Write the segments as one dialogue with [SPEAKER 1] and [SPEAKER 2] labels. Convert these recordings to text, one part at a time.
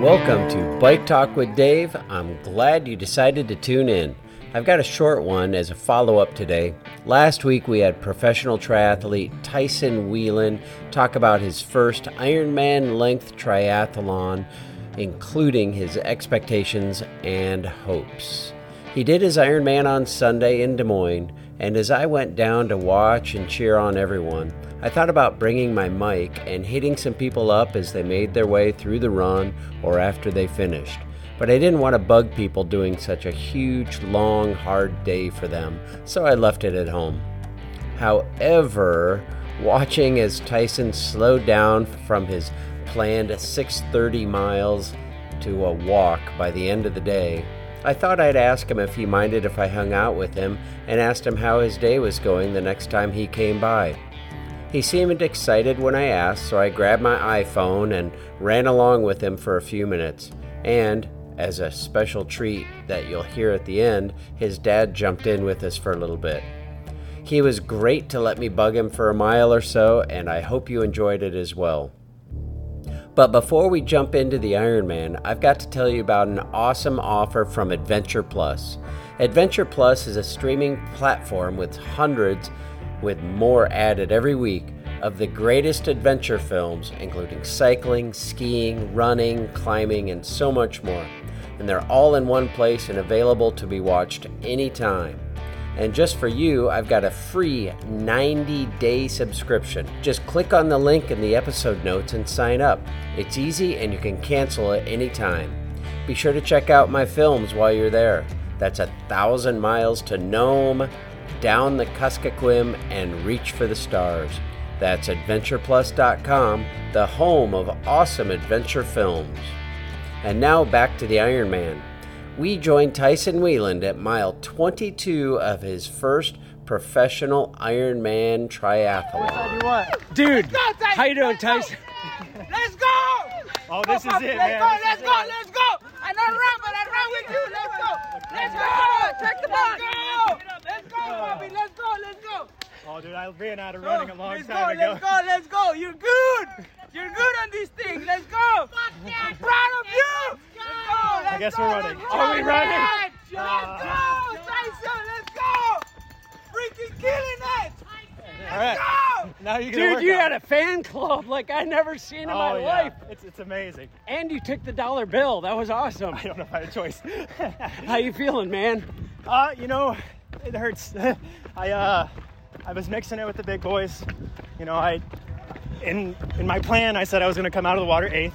[SPEAKER 1] Welcome to Bike Talk with Dave. I'm glad you decided to tune in. I've got a short one as a follow up today. Last week we had professional triathlete Tyson Whelan talk about his first Ironman length triathlon, including his expectations and hopes. He did his Ironman on Sunday in Des Moines, and as I went down to watch and cheer on everyone, I thought about bringing my mic and hitting some people up as they made their way through the run or after they finished. But I didn't want to bug people doing such a huge, long, hard day for them, so I left it at home. However, watching as Tyson slowed down from his planned 630 miles to a walk by the end of the day, I thought I'd ask him if he minded if I hung out with him and asked him how his day was going the next time he came by. He seemed excited when I asked, so I grabbed my iPhone and ran along with him for a few minutes. And, as a special treat that you'll hear at the end, his dad jumped in with us for a little bit. He was great to let me bug him for a mile or so, and I hope you enjoyed it as well. But before we jump into the Ironman, I've got to tell you about an awesome offer from Adventure Plus. Adventure Plus is a streaming platform with hundreds, with more added every week, of the greatest adventure films, including cycling, skiing, running, climbing, and so much more. And they're all in one place and available to be watched anytime. And just for you, I've got a free 90 day subscription. Just click on the link in the episode notes and sign up. It's easy and you can cancel at any time. Be sure to check out my films while you're there. That's A Thousand Miles to Nome, Down the Kuskokwim, and Reach for the Stars. That's AdventurePlus.com, the home of awesome adventure films. And now back to the Iron Man. We joined Tyson Wheeland at mile 22 of his first professional Ironman triathlon.
[SPEAKER 2] Dude, how you doing, Tyson?
[SPEAKER 3] Let's go!
[SPEAKER 2] Oh, this
[SPEAKER 3] let's
[SPEAKER 2] is it,
[SPEAKER 3] go,
[SPEAKER 2] man.
[SPEAKER 3] let's go, let's go! I don't run, but I run with you. Let's go! Let's go! Check the box! Let's go, Bobby! Let's go! Let's go!
[SPEAKER 2] Oh, dude, I ran out of running a long
[SPEAKER 3] let's
[SPEAKER 2] time
[SPEAKER 3] go,
[SPEAKER 2] ago.
[SPEAKER 3] Let's go! Let's go! You're good! You're good on these things. Let's go! I'm proud of you! Let's go! Let's
[SPEAKER 2] I guess
[SPEAKER 3] go,
[SPEAKER 2] we're running.
[SPEAKER 3] let's
[SPEAKER 2] Are we
[SPEAKER 3] go,
[SPEAKER 2] running?
[SPEAKER 3] Let's go, Tyson! Let's go! Freaking killing it!
[SPEAKER 2] All right,
[SPEAKER 3] Go!
[SPEAKER 2] now you
[SPEAKER 4] Dude, you had a fan club like I never seen in
[SPEAKER 2] oh,
[SPEAKER 4] my
[SPEAKER 2] yeah.
[SPEAKER 4] life.
[SPEAKER 2] It's, it's amazing.
[SPEAKER 4] And you took the dollar bill. That was awesome.
[SPEAKER 2] I don't know if I had a choice.
[SPEAKER 4] How you feeling, man?
[SPEAKER 2] uh, you know, it hurts. I uh, I was mixing it with the big boys. You know, I in in my plan, I said I was gonna come out of the water eighth.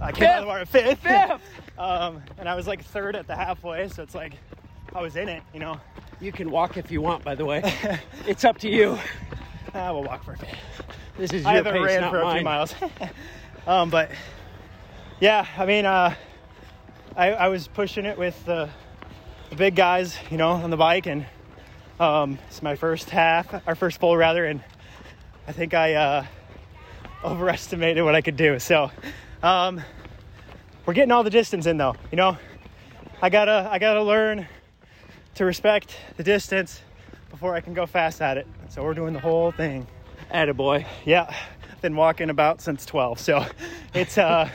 [SPEAKER 2] I came out of the water fifth.
[SPEAKER 4] Fifth.
[SPEAKER 2] Um, and I was like third at the halfway, so it's like I was in it. You know,
[SPEAKER 4] You can walk if you want, by the way. it's up to you.
[SPEAKER 2] ah, we'll walk for a bit.
[SPEAKER 4] This is
[SPEAKER 2] I
[SPEAKER 4] your
[SPEAKER 2] haven't
[SPEAKER 4] pace,
[SPEAKER 2] ran
[SPEAKER 4] not
[SPEAKER 2] for a few
[SPEAKER 4] mine.
[SPEAKER 2] miles. um, but yeah, I mean, uh, I, I was pushing it with the, the big guys, you know, on the bike, and um, it's my first half, our first full rather, and I think I uh, overestimated what I could do. So um, we're getting all the distance in, though. You know, I gotta I gotta learn to respect the distance before I can go fast at it. So we're doing the whole thing.
[SPEAKER 4] Attaboy.
[SPEAKER 2] Yeah, been walking about since 12. So it's, uh,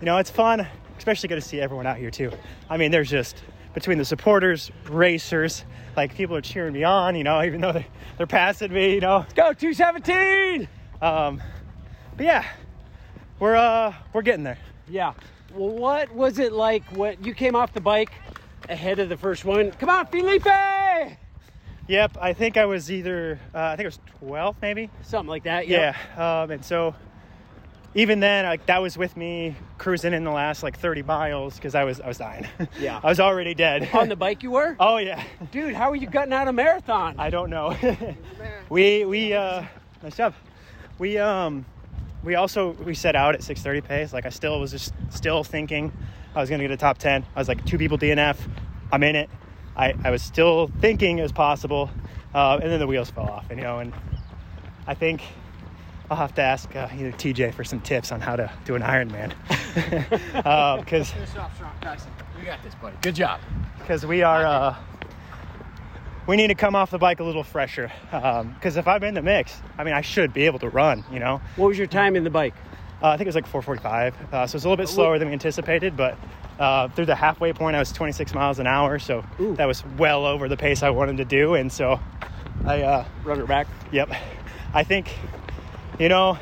[SPEAKER 2] you know, it's fun, especially good to see everyone out here too. I mean, there's just between the supporters, racers, like people are cheering me on, you know, even though they're, they're passing me, you know.
[SPEAKER 4] Go 217!
[SPEAKER 2] Um, but yeah, we're, uh, we're getting there.
[SPEAKER 4] Yeah. Well, what was it like when you came off the bike ahead of the first one? Come on, Felipe!
[SPEAKER 2] Yep, I think I was either, uh, I think it was 12 maybe.
[SPEAKER 4] Something like that. yep.
[SPEAKER 2] Yeah, um, and so even then, like that was with me cruising in the last like 30 miles because I was I was dying.
[SPEAKER 4] Yeah.
[SPEAKER 2] I was already dead.
[SPEAKER 4] On the bike you were?
[SPEAKER 2] oh yeah,
[SPEAKER 4] Dude, how are you gutting out a marathon?
[SPEAKER 2] I don't know. we we uh, nice job. We um we also we set out at 6:30 pace. Like I still was just still thinking I was gonna get a top 10. I was like two people DNF. I'm in it. I, I was still thinking it was possible, uh, and then the wheels fell off. And you know, and I think I'll have to ask uh, either TJ for some tips on how to do an Ironman Uh, because because we are uh, we need to come off the bike a little um, fresher because if i'm in the mix i mean i should be able to run you know
[SPEAKER 4] What was your time in the bike?
[SPEAKER 2] Uh, I think it was like 4:45, uh, so it's a little bit slower than we anticipated. But uh, through the halfway point, I was 26 miles an hour, so that was well over the pace I wanted to do. And so, I uh,
[SPEAKER 4] Run it back.
[SPEAKER 2] Yep. I think, you know,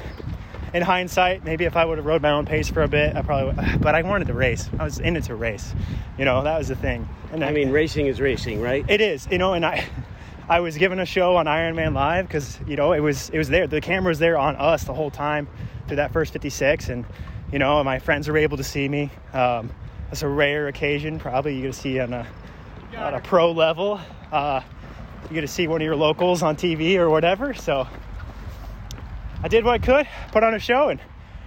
[SPEAKER 2] in hindsight, maybe if I would have rode my own pace for a bit, I probably would. But I wanted to race. I was in it to race. You know, that was the thing. And
[SPEAKER 4] I mean, racing is racing, right?
[SPEAKER 2] it is, you know, and I. I was given a show on Iron Man Live because you know it was it was there. The camera was there on us the whole time through that first 56, and you know my friends were able to see me. Um, that's a rare occasion, probably you get to see on a on a pro level. Uh, you get to see one of your locals on TV or whatever. So I did what I could, put on a show, and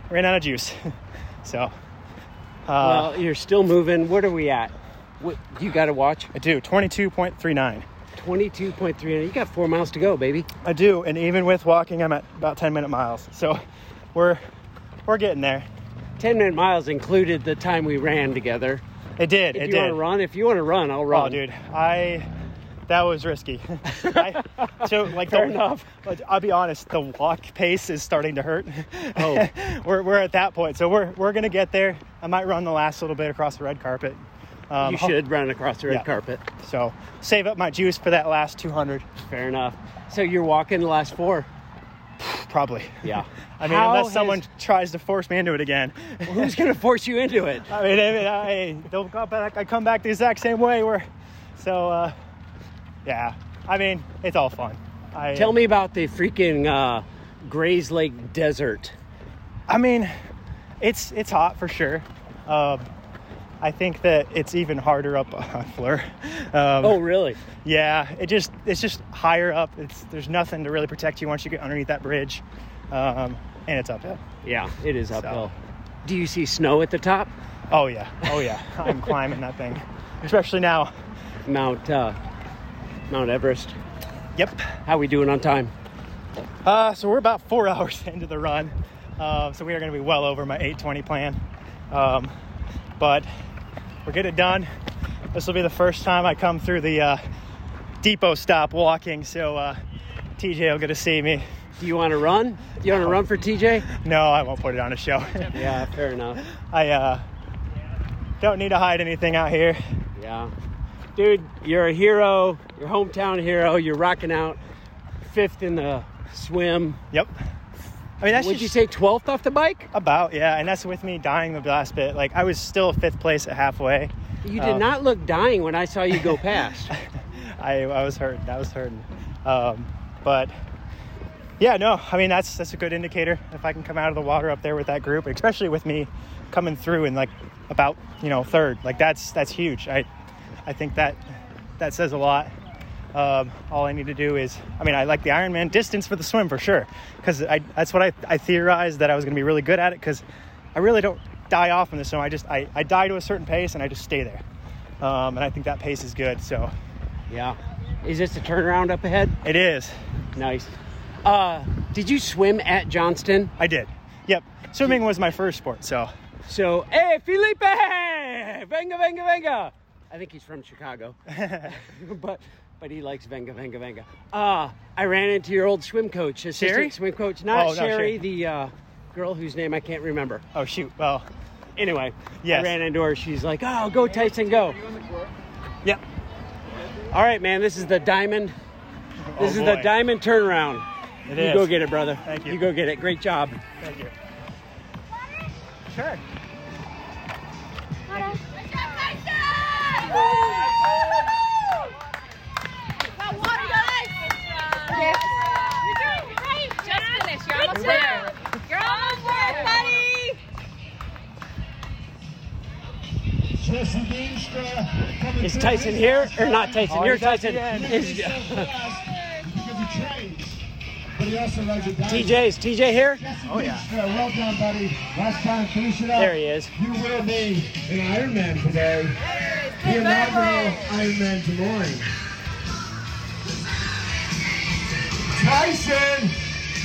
[SPEAKER 2] ran out of juice. so uh,
[SPEAKER 4] well, you're still moving. What are we at? What, you got to watch
[SPEAKER 2] I do 22.39.
[SPEAKER 4] 22.3. You got four miles to go, baby.
[SPEAKER 2] I do, and even with walking, I'm at about 10 minute miles. So we're we're getting there.
[SPEAKER 4] 10 minute miles included the time we ran together.
[SPEAKER 2] It did.
[SPEAKER 4] If
[SPEAKER 2] it
[SPEAKER 4] you
[SPEAKER 2] did.
[SPEAKER 4] want to run, if you want to run, I'll run.
[SPEAKER 2] Oh, dude, I that was risky. I, so like,
[SPEAKER 4] Fair
[SPEAKER 2] the,
[SPEAKER 4] enough.
[SPEAKER 2] like, I'll be honest, the walk pace is starting to hurt.
[SPEAKER 4] Oh.
[SPEAKER 2] we're we're at that point, so we're we're gonna get there. I might run the last little bit across the red carpet. Um,
[SPEAKER 4] You should run across the red
[SPEAKER 2] Yeah.
[SPEAKER 4] carpet.
[SPEAKER 2] So save up my juice for that last 200,
[SPEAKER 4] Fair enough. So you're walking the last four.
[SPEAKER 2] probably.
[SPEAKER 4] Yeah.
[SPEAKER 2] I mean,
[SPEAKER 4] How
[SPEAKER 2] unless
[SPEAKER 4] has-
[SPEAKER 2] someone tries to force me into it again.
[SPEAKER 4] who's going to force you into it?
[SPEAKER 2] I mean, I, mean, I they'll come back. I come back the exact same way. Where, so, uh, yeah. I mean, it's all fun. I,
[SPEAKER 4] Tell me about the freaking uh, Gray's Lake Desert.
[SPEAKER 2] I mean, it's it's hot for sure. Um, I think that it's even harder up on Fleur. Um,
[SPEAKER 4] Oh, really?
[SPEAKER 2] yeah. It just it's just higher up. It's there's nothing to really protect you once you get underneath that bridge, um, and it's uphill.
[SPEAKER 4] Yeah, it is uphill. Do you see snow at the top?
[SPEAKER 2] Oh yeah. Oh yeah. I'm climbing that thing, especially now.
[SPEAKER 4] Mount uh, Mount Everest.
[SPEAKER 2] Yep.
[SPEAKER 4] How we doing on time?
[SPEAKER 2] Uh, so we're about four hours into the run, uh, so we are going to be well over my 820 plan. Um, but we're getting it done. This will be the first time I come through the uh, depot stop walking, so uh, TJ will get to see me.
[SPEAKER 4] Do you want to run? Do you want to run for TJ?
[SPEAKER 2] No, I won't put it on a show.
[SPEAKER 4] Yeah, fair enough.
[SPEAKER 2] I uh, don't need to hide anything out here.
[SPEAKER 4] Yeah. Dude, you're a hero, your hometown hero, you're rocking out fifth in the swim.
[SPEAKER 2] Yep. I mean, that's
[SPEAKER 4] Would
[SPEAKER 2] just
[SPEAKER 4] you say 12th off the bike?
[SPEAKER 2] about yeah, and that's with me dying the last bit. Like I was still fifth place at halfway.
[SPEAKER 4] You
[SPEAKER 2] Oh.
[SPEAKER 4] did not look dying when I saw you go past.
[SPEAKER 2] I, I was hurting. That was hurting. Um, but yeah, no. I mean, that's that's a good indicator. If I can come out of the water up there with that group, especially with me coming through and like about you know third, like that's that's huge. I I think that that says a lot. Um, all I need to do is, I mean, I like the Ironman distance for the swim for sure, because I that's what I, I theorized that I was going to be really good at it, because I really don't die off in the swim. I just I, I die to a certain pace and I just stay there, um, and I think that pace is good. So
[SPEAKER 4] yeah. Is this a turnaround up ahead?
[SPEAKER 2] it is.
[SPEAKER 4] Nice. Uh, did you swim at Johnston?
[SPEAKER 2] I did. Yep. Swimming was my first sport, so
[SPEAKER 4] So, hey, Felipe! Venga, venga, venga! I think he's from Chicago. but but he likes venga, venga, venga. Uh, I ran into your old swim coach, assistant
[SPEAKER 2] Sherry?
[SPEAKER 4] swim coach. Not
[SPEAKER 2] Oh, no,
[SPEAKER 4] Sherry,
[SPEAKER 2] Sherry.
[SPEAKER 4] the uh, girl whose name I can't remember.
[SPEAKER 2] oh shoot. Well,
[SPEAKER 4] Anyway,
[SPEAKER 2] Yes.
[SPEAKER 4] I ran into her. She's like, oh, go Tyson, go.
[SPEAKER 2] yep.
[SPEAKER 4] All right, man, this is the diamond. This
[SPEAKER 2] Oh,
[SPEAKER 4] is the
[SPEAKER 2] boy.
[SPEAKER 4] diamond turnaround.
[SPEAKER 2] It
[SPEAKER 4] you
[SPEAKER 2] is.
[SPEAKER 4] go get it, brother.
[SPEAKER 2] Thank you.
[SPEAKER 4] You go get it. Great job.
[SPEAKER 2] Thank you. Sure.
[SPEAKER 5] Jesse Deemstra coming
[SPEAKER 4] Is
[SPEAKER 5] to
[SPEAKER 4] Tyson
[SPEAKER 5] his
[SPEAKER 4] here
[SPEAKER 5] last
[SPEAKER 4] or not
[SPEAKER 5] run.
[SPEAKER 4] Tyson?
[SPEAKER 2] Oh,
[SPEAKER 4] Here,
[SPEAKER 2] he's at
[SPEAKER 4] Tyson.
[SPEAKER 2] the end.
[SPEAKER 5] He's
[SPEAKER 4] Is, uh,
[SPEAKER 5] so fast because he trains, but he also rides a diamond.
[SPEAKER 4] TJ, is TJ here?
[SPEAKER 5] Jesse
[SPEAKER 2] Oh, yeah.
[SPEAKER 5] Deemstra, uh, well done, buddy. Last time, finish it up.
[SPEAKER 4] There he is.
[SPEAKER 5] You will be an Ironman today. The inaugural Ironman Des Moines. Tyson!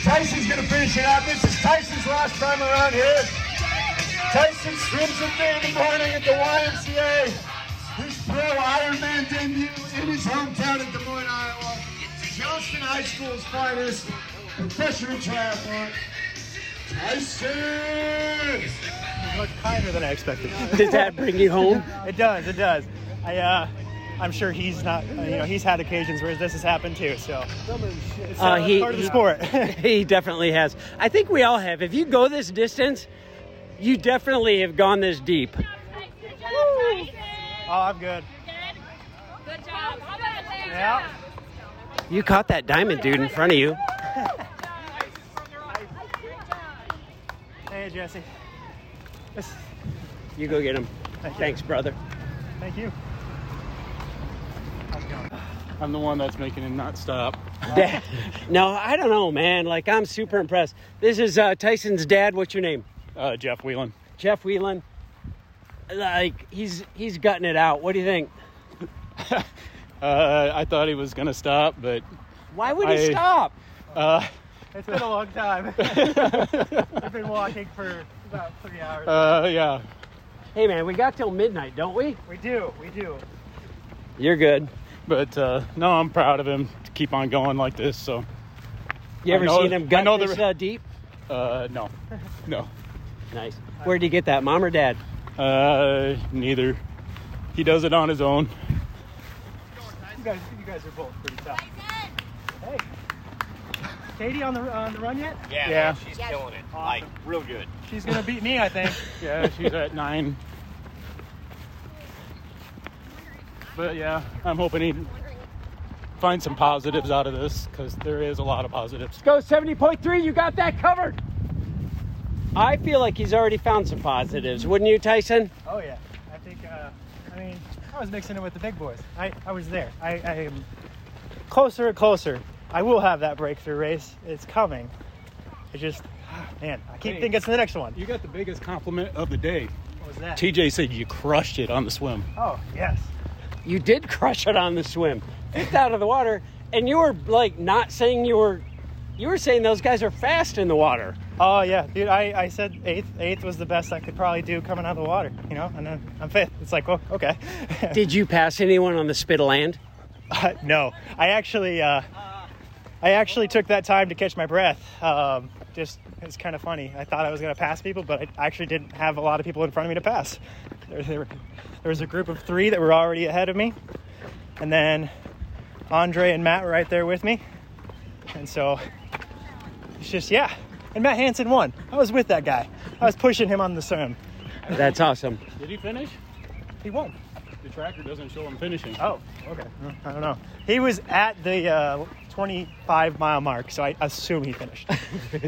[SPEAKER 5] Tyson's gonna finish it out. This is Tyson's last time around here. Tyson swims with me in the morning at the YMCA. His pro Ironman debut in his hometown of Des Moines, Iowa. Johnston High School's finest professional triathlete. Tyson!
[SPEAKER 2] Much kinder than I expected.
[SPEAKER 4] Did that bring you home?
[SPEAKER 2] It does. It does. I, uh, I'm sure he's not. You know, he's had occasions where this has happened too. So it's uh,
[SPEAKER 4] Uh, he-
[SPEAKER 2] part of the
[SPEAKER 4] he-
[SPEAKER 2] sport.
[SPEAKER 4] he definitely has. I think we all have. If you go this distance, you definitely have gone this deep.
[SPEAKER 6] Good job,
[SPEAKER 2] oh, I'm good.
[SPEAKER 6] Tyson. Good job. How about that?
[SPEAKER 2] Yeah.
[SPEAKER 4] You caught that diamond dude in front of you.
[SPEAKER 2] Hey, Jesse. This-
[SPEAKER 4] You go get him. Thanks, brother.
[SPEAKER 2] Thank you.
[SPEAKER 7] I'm the one that's making him not stop.
[SPEAKER 4] Dad. No, I don't know, man. Like, I'm super impressed. This is uh, Tyson's dad. What's your name?
[SPEAKER 7] Uh, Jeff Whelan.
[SPEAKER 4] Jeff Whelan. Like, he's he's gutting it out. What do you think?
[SPEAKER 7] Uh, I thought he was gonna stop, but
[SPEAKER 4] Why would he
[SPEAKER 7] I-
[SPEAKER 4] stop?
[SPEAKER 7] uh,
[SPEAKER 2] It's been a long time. I've been walking for about three hours.
[SPEAKER 7] uh, yeah.
[SPEAKER 4] Hey, man, we got till midnight, don't we?
[SPEAKER 2] we do. We do.
[SPEAKER 4] You're good.
[SPEAKER 7] But uh, no, I'm proud of him to keep on going like this. So
[SPEAKER 4] You
[SPEAKER 7] I
[SPEAKER 4] ever
[SPEAKER 7] know-
[SPEAKER 4] seen him
[SPEAKER 7] I
[SPEAKER 4] gut
[SPEAKER 7] know the
[SPEAKER 4] this
[SPEAKER 7] re-
[SPEAKER 4] uh, deep?
[SPEAKER 7] uh, no, no,
[SPEAKER 4] Nice. Where'd you get that, mom or dad?
[SPEAKER 7] uh, neither. He does it on his own.
[SPEAKER 2] You guys, you guys are both pretty tough. Hey. Katie on the on the run yet?
[SPEAKER 8] Yeah,
[SPEAKER 7] Yeah.
[SPEAKER 8] man, she's killing it. Like, real good.
[SPEAKER 2] She's gonna beat me, I think.
[SPEAKER 7] Yeah, she's at nine. But yeah, I'm hoping he finds some positives out of this because there is a lot of positives.
[SPEAKER 4] Go 70.3, you got that covered. I feel like he's already found some positives, wouldn't you, Tyson?
[SPEAKER 2] Oh yeah. I think. Uh, I mean, I was mixing it with the big boys. I, I was there. I, I am closer and closer. I will have that breakthrough race. It's coming. It's just, man, I keep
[SPEAKER 7] Hey.
[SPEAKER 2] thinking it's the next one.
[SPEAKER 7] You got the biggest compliment of the day.
[SPEAKER 2] What was that?
[SPEAKER 7] TJ said you crushed it on the swim.
[SPEAKER 2] oh yes.
[SPEAKER 4] You did crush it on the swim. Fifth out of the water, and you were like not saying you were you were saying those guys are fast in the water.
[SPEAKER 2] Oh yeah, dude. I, I said eighth. Eighth was the best I could probably do coming out of the water. You know, and then I'm fifth. It's like, well, okay.
[SPEAKER 4] Did you pass anyone on the spittle end?
[SPEAKER 2] Uh, no, I actually, uh, I actually took that time to catch my breath. Um, just it's kind of funny. I thought I was going to pass people, but I actually didn't have a lot of people in front of me to pass. There, there, were- there was a group of three that were already ahead of me, and then Andre and Matt were right there with me, and so it's just yeah. And Matt Hansen won. I was with that guy. I was pushing him on the swim.
[SPEAKER 4] That's awesome.
[SPEAKER 7] Did he finish?
[SPEAKER 2] He won.
[SPEAKER 7] The tracker doesn't show him finishing.
[SPEAKER 2] Oh, okay. I don't know. He was at the uh, 25 mile mark, so I assume he finished.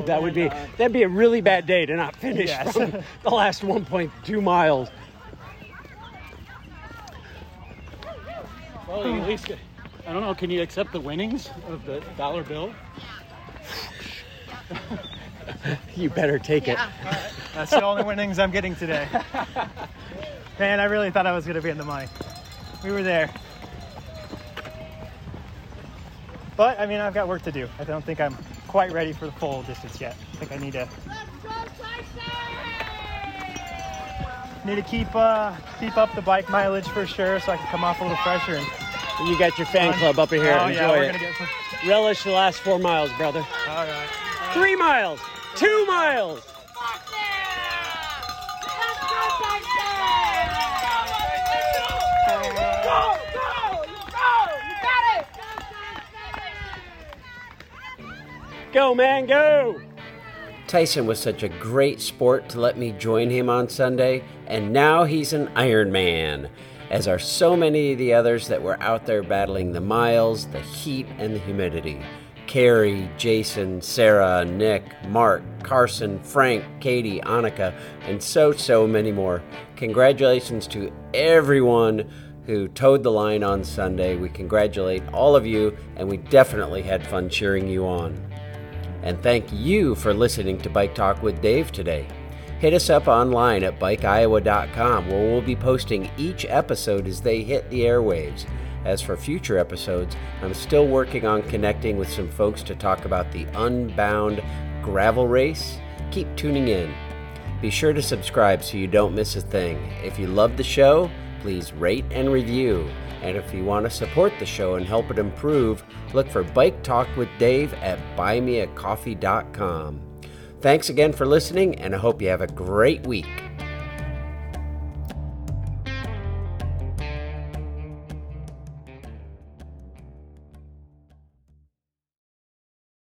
[SPEAKER 4] That would be that'd be a really bad day to not finish
[SPEAKER 2] Yes.
[SPEAKER 4] from the last 1.2 miles.
[SPEAKER 7] Well, at least I don't know. Can you accept the winnings of the dollar bill?
[SPEAKER 4] You better take it.
[SPEAKER 2] That's the only winnings I'm getting today. Man, I really thought I was going to be in the money. We were there. But, I mean, I've got work to do. I don't think I'm quite ready for the full distance yet. I think I need to need to keep uh, keep up the bike mileage for sure, so I can come off a little fresher. And
[SPEAKER 4] You got your fan club up here.
[SPEAKER 2] Oh
[SPEAKER 4] Enjoy
[SPEAKER 2] yeah, we're
[SPEAKER 4] it.
[SPEAKER 2] gonna get some.
[SPEAKER 4] Relish the last four miles, brother.
[SPEAKER 2] All right.
[SPEAKER 4] Three miles, two miles.
[SPEAKER 3] Go, go, you go, you got it.
[SPEAKER 4] Go, man, go!
[SPEAKER 1] Tyson was such a great sport to let me join him on Sunday, and now he's an Iron Man, as are so many of the others that were out there battling the miles, the heat, and the humidity. Carrie, Jason, Sarah, Nick, Mark, Carson, Frank, Katie, Annika, and so, so many more. Congratulations to everyone who towed the line on Sunday. We congratulate all of you, and we definitely had fun cheering you on. And thank you for listening to Bike Talk with Dave today. Hit us up online at bikeiowa.com where we'll be posting each episode as they hit the airwaves. As for future episodes, I'm still working on connecting with some folks to talk about the Unbound Gravel Race. Keep tuning in. Be sure to subscribe so you don't miss a thing. If you love the show, please rate and review. And if you want to support the show and help it improve, look for Bike Talk with Dave at buymeacoffee.com. Thanks again for listening, and I hope you have a great week.